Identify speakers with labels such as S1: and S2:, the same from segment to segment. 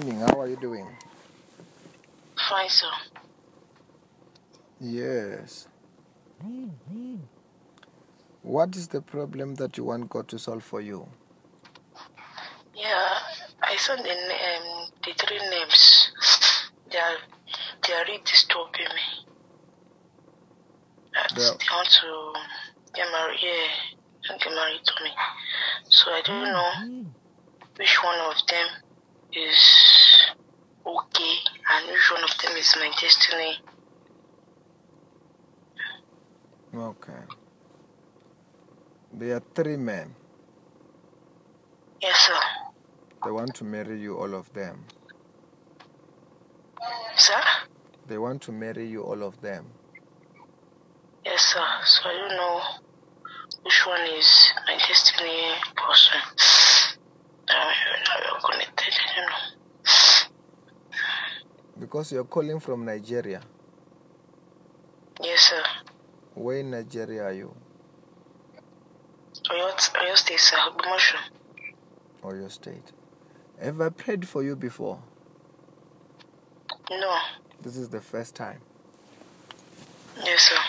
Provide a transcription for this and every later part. S1: Morning, how are you doing?
S2: Fine, sir.
S1: Yes. What is the problem that you want God to solve for you?
S2: Yeah, I saw the, um, the three names. They are, they are really disturbing me. That
S1: The,
S2: they want to get married. Yeah, they want to get married to me. So I don't know which one of them is okay and which one of them is my destiny.
S1: okay. There are three men.
S2: Yes, sir.
S1: They want to marry you, all of them.
S2: Sir?
S1: They want to marry you, all of them.
S2: Yes, sir. So I don't know which one is my destiny person. Now you're connected, I don't know.
S1: Because you're calling from Nigeria.
S2: Yes, sir.
S1: Where in Nigeria are you?
S2: Oyo Oyo State, sir. Ogbomoso.
S1: Or your state? Have I prayed for you before?
S2: No.
S1: This is the first time.
S2: Yes, sir.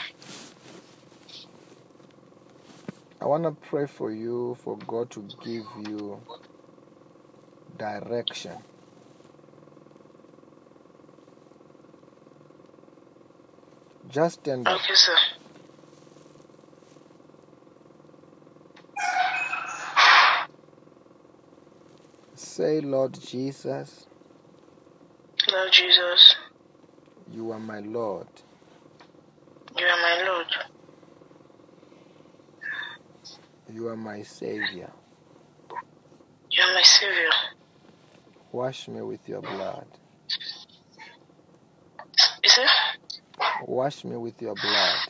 S1: I want to pray for you for God to give you direction. Just stand up.
S2: Okay, sir.
S1: Say, Lord Jesus,
S2: Lord Jesus,
S1: you are my Lord.
S2: you are my Lord.
S1: You are my Savior.
S2: You are my Savior.
S1: Wash me with your blood.
S2: Is it?
S1: Wash me with your blood.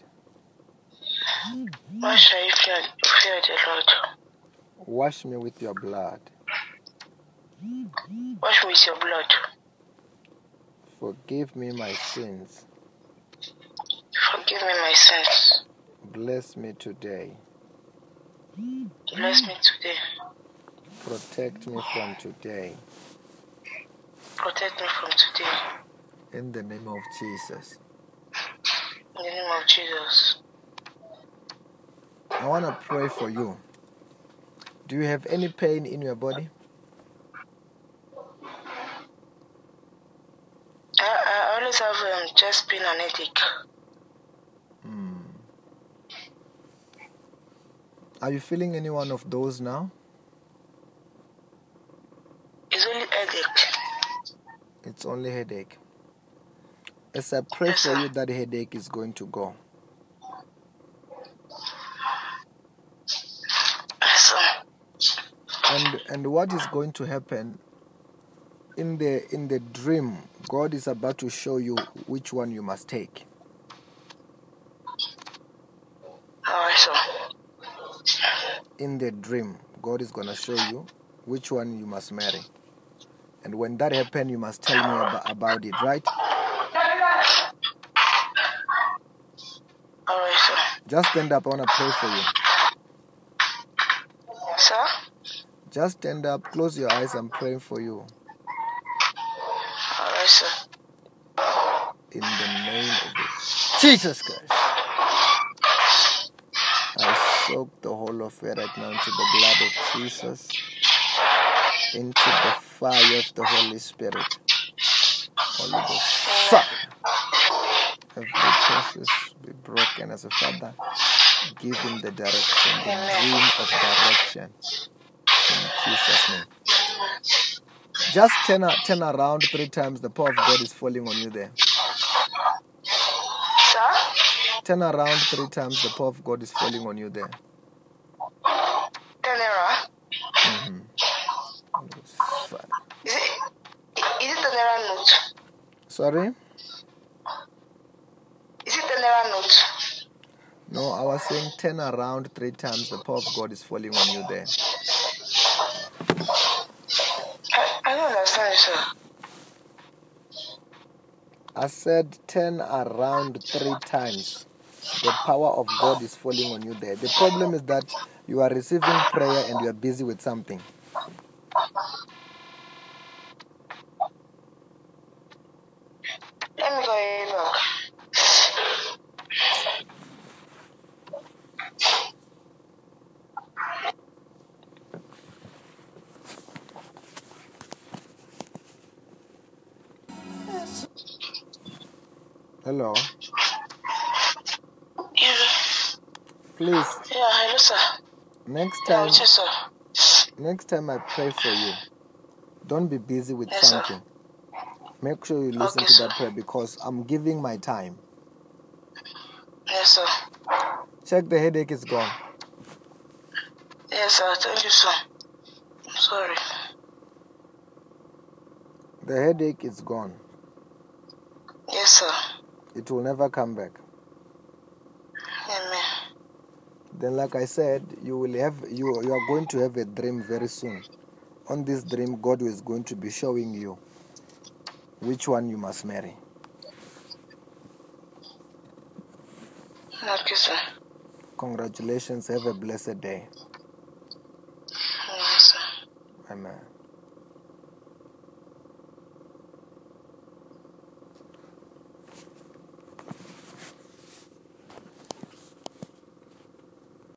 S2: Why should I fear, fear the Lord?
S1: Wash me with your blood.
S2: Wash me with your blood.
S1: Forgive me my sins.
S2: Forgive me my sins.
S1: Bless me today.
S2: Bless me today.
S1: Protect me from today.
S2: Protect me from today.
S1: In the name of Jesus.
S2: In the name of Jesus.
S1: I want to pray for you. Do you have any pain in your body?
S2: I, I always have um, chest pain and headache.
S1: Hmm. Are you feeling any one of those now?
S2: It's only headache.
S1: It's only headache. As I pray
S2: Yes,
S1: for
S2: sir.
S1: you, that headache is going to go.
S2: Yes, sir.
S1: And and what is going to happen in the in the dream? God is about to show you which one you must take.
S2: Alright, sir.
S1: In the dream, God is gonna show you which one you must marry. And when that happens, you must tell me about, about it, right?
S2: Alright, sir.
S1: Just stand up. I wanna pray for you.
S2: Sir?
S1: Just stand up, close your eyes. I'm praying for you
S2: Alright, sir.
S1: in the name of Jesus Christ. I soak the whole of it right now into the blood of Jesus, into the fire of the Holy Spirit. Holy Ghost, fire. Every curses be broken as a father. Give him the direction, the
S2: Amen.
S1: dream of direction in Jesus' name. Just turn, a- turn around three times. The power of God is falling on you there.
S2: Sir?
S1: Turn around three times. The power of God is falling on you there.
S2: Tanera?
S1: hmm Holy Ghost, fire.
S2: Is it, is it Tanera note?
S1: Sorry?
S2: Is it Tanera note?
S1: No, I was saying turn around three times. The power of God is falling on you there.
S2: I, I don't understand, sir.
S1: I said turn around three times. The power of God is falling on you there. The problem is that you are receiving prayer and you are busy with something. Hello.
S2: Yeah,
S1: Please,
S2: yeah, hello, sir.
S1: next
S2: Yeah,
S1: time,
S2: with you, sir.
S1: next time I pray for you, don't be busy with
S2: Yes, sir.
S1: something. Make sure you listen
S2: Okay,
S1: to that
S2: sir.
S1: prayer because I'm giving my time.
S2: Yes, sir.
S1: Check the headache is gone.
S2: Yes, sir. Thank you, sir. I'm sorry.
S1: The headache is gone.
S2: Yes, sir.
S1: It will never come back.
S2: Amen.
S1: Then, like I said, you will have you you are going to have a dream very soon. On this dream, God is going to be showing you which one you must marry.
S2: Okay, sir.
S1: Congratulations. Have a blessed day.